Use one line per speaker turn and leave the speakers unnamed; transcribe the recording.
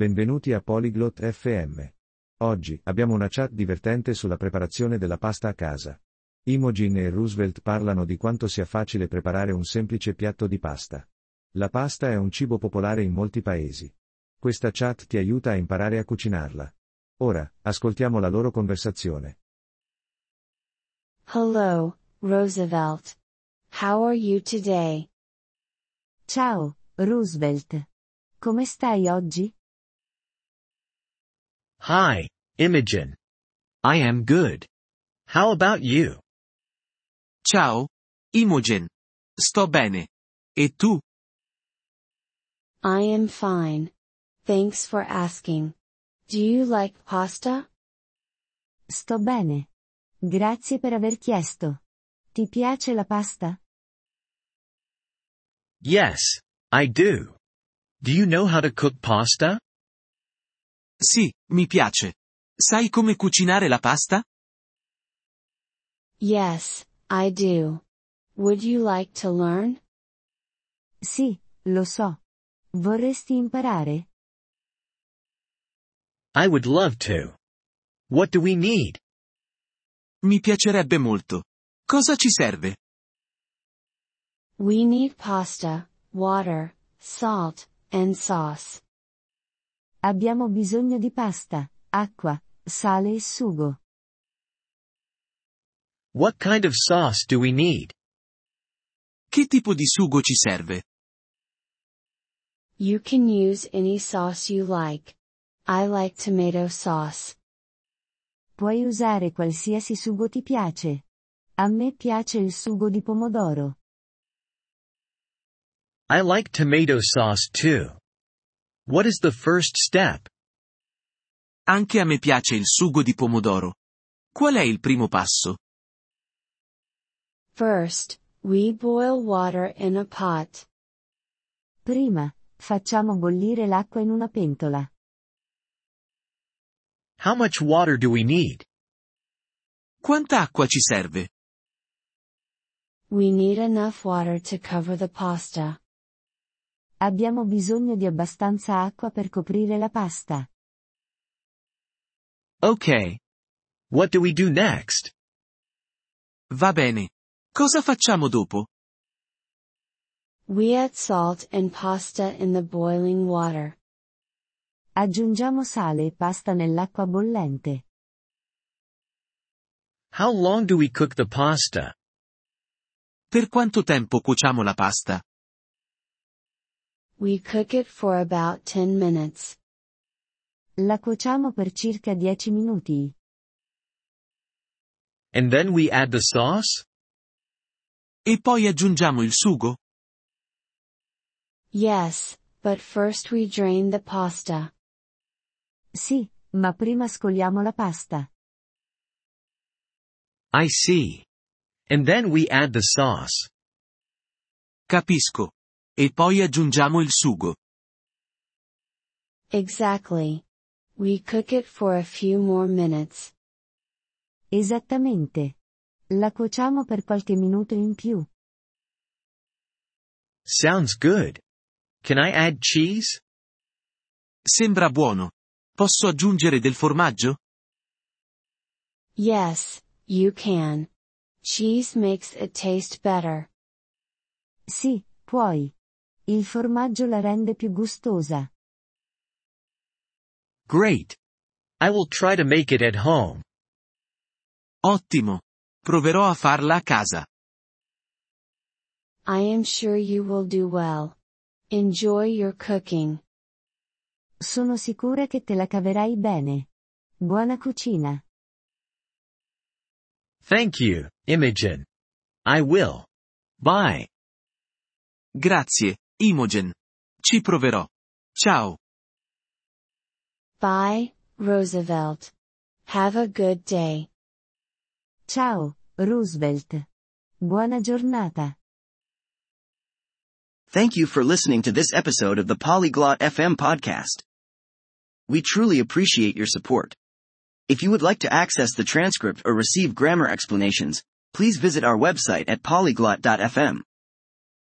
Benvenuti a Polyglot FM. Oggi abbiamo una chat divertente sulla preparazione della pasta a casa. Imogen e Roosevelt parlano di quanto sia facile preparare un semplice piatto di pasta. La pasta è un cibo popolare in molti paesi. Questa chat ti aiuta a imparare a cucinarla. Ora, ascoltiamo la loro conversazione.
Hello, Roosevelt. How are you today?
Ciao, Roosevelt. Come stai oggi?
Hi, Imogen. I am good. How about you?
Ciao, Imogen. Sto bene. E tu?
I am fine. Thanks for asking. Do you like pasta?
Sto bene. Grazie per aver chiesto. Ti piace la pasta?
Yes, I do. Do you know how to cook pasta?
Sì, mi piace. Sai come cucinare la pasta?
Yes, I do. Would you like to learn?
Sì, lo so. Vorresti imparare?
I would love to. What do we need?
Mi piacerebbe molto. Cosa ci serve?
We need pasta, water, salt, and sauce.
Abbiamo bisogno di pasta, acqua, sale e sugo.
What kind of sauce do we need?
Che tipo di sugo ci serve?
You can use any sauce you like. I like tomato sauce.
Puoi usare qualsiasi sugo ti piace. A me piace il sugo di pomodoro.
I like tomato sauce too. What is the first step?
Anche a me piace il sugo di pomodoro. Qual è il primo passo?
First, we boil water in a pot.
Prima, facciamo bollire l'acqua in una pentola.
How much water do we need?
Quanta acqua ci serve?
We need enough water to cover the pasta.
Abbiamo bisogno di abbastanza acqua per coprire la pasta.
Okay. What do we do next?
Va bene. Cosa facciamo dopo?
We add salt and pasta in the boiling water.
Aggiungiamo sale e pasta nell'acqua bollente.
How long do we cook the pasta?
Per quanto tempo cuociamo la pasta?
We cook it for about 10 minutes.
La cuociamo per circa 10 minuti.
And then we add the sauce?
E poi aggiungiamo il sugo?
Yes, but first we drain the pasta.
Sì, ma prima scoliamo la pasta.
I see. And then we add the sauce.
Capisco. E poi aggiungiamo il sugo.
Exactly. We cook it for a few more minutes.
Esattamente. La cuociamo per qualche minuto in più.
Sounds good. Can I add cheese?
Sembra buono. Posso aggiungere del formaggio?
Yes, you can. Cheese makes it taste better.
Sì, puoi. Il formaggio la rende più gustosa.
Great. I will try to make it at home.
Ottimo. Proverò a farla a casa.
I am sure you will do well. Enjoy your cooking.
Sono sicura che te la caverai bene. Buona cucina.
Thank you, Imogen. I will. Bye.
Grazie, Imogen. Ci proverò. Ciao.
Bye, Roosevelt. Have a good day.
Ciao, Roosevelt. Buona giornata.
Thank you for listening to this episode of the Polyglot FM podcast. We truly appreciate your support. If you would like to access the transcript or receive grammar explanations, please visit our website at polyglot.fm.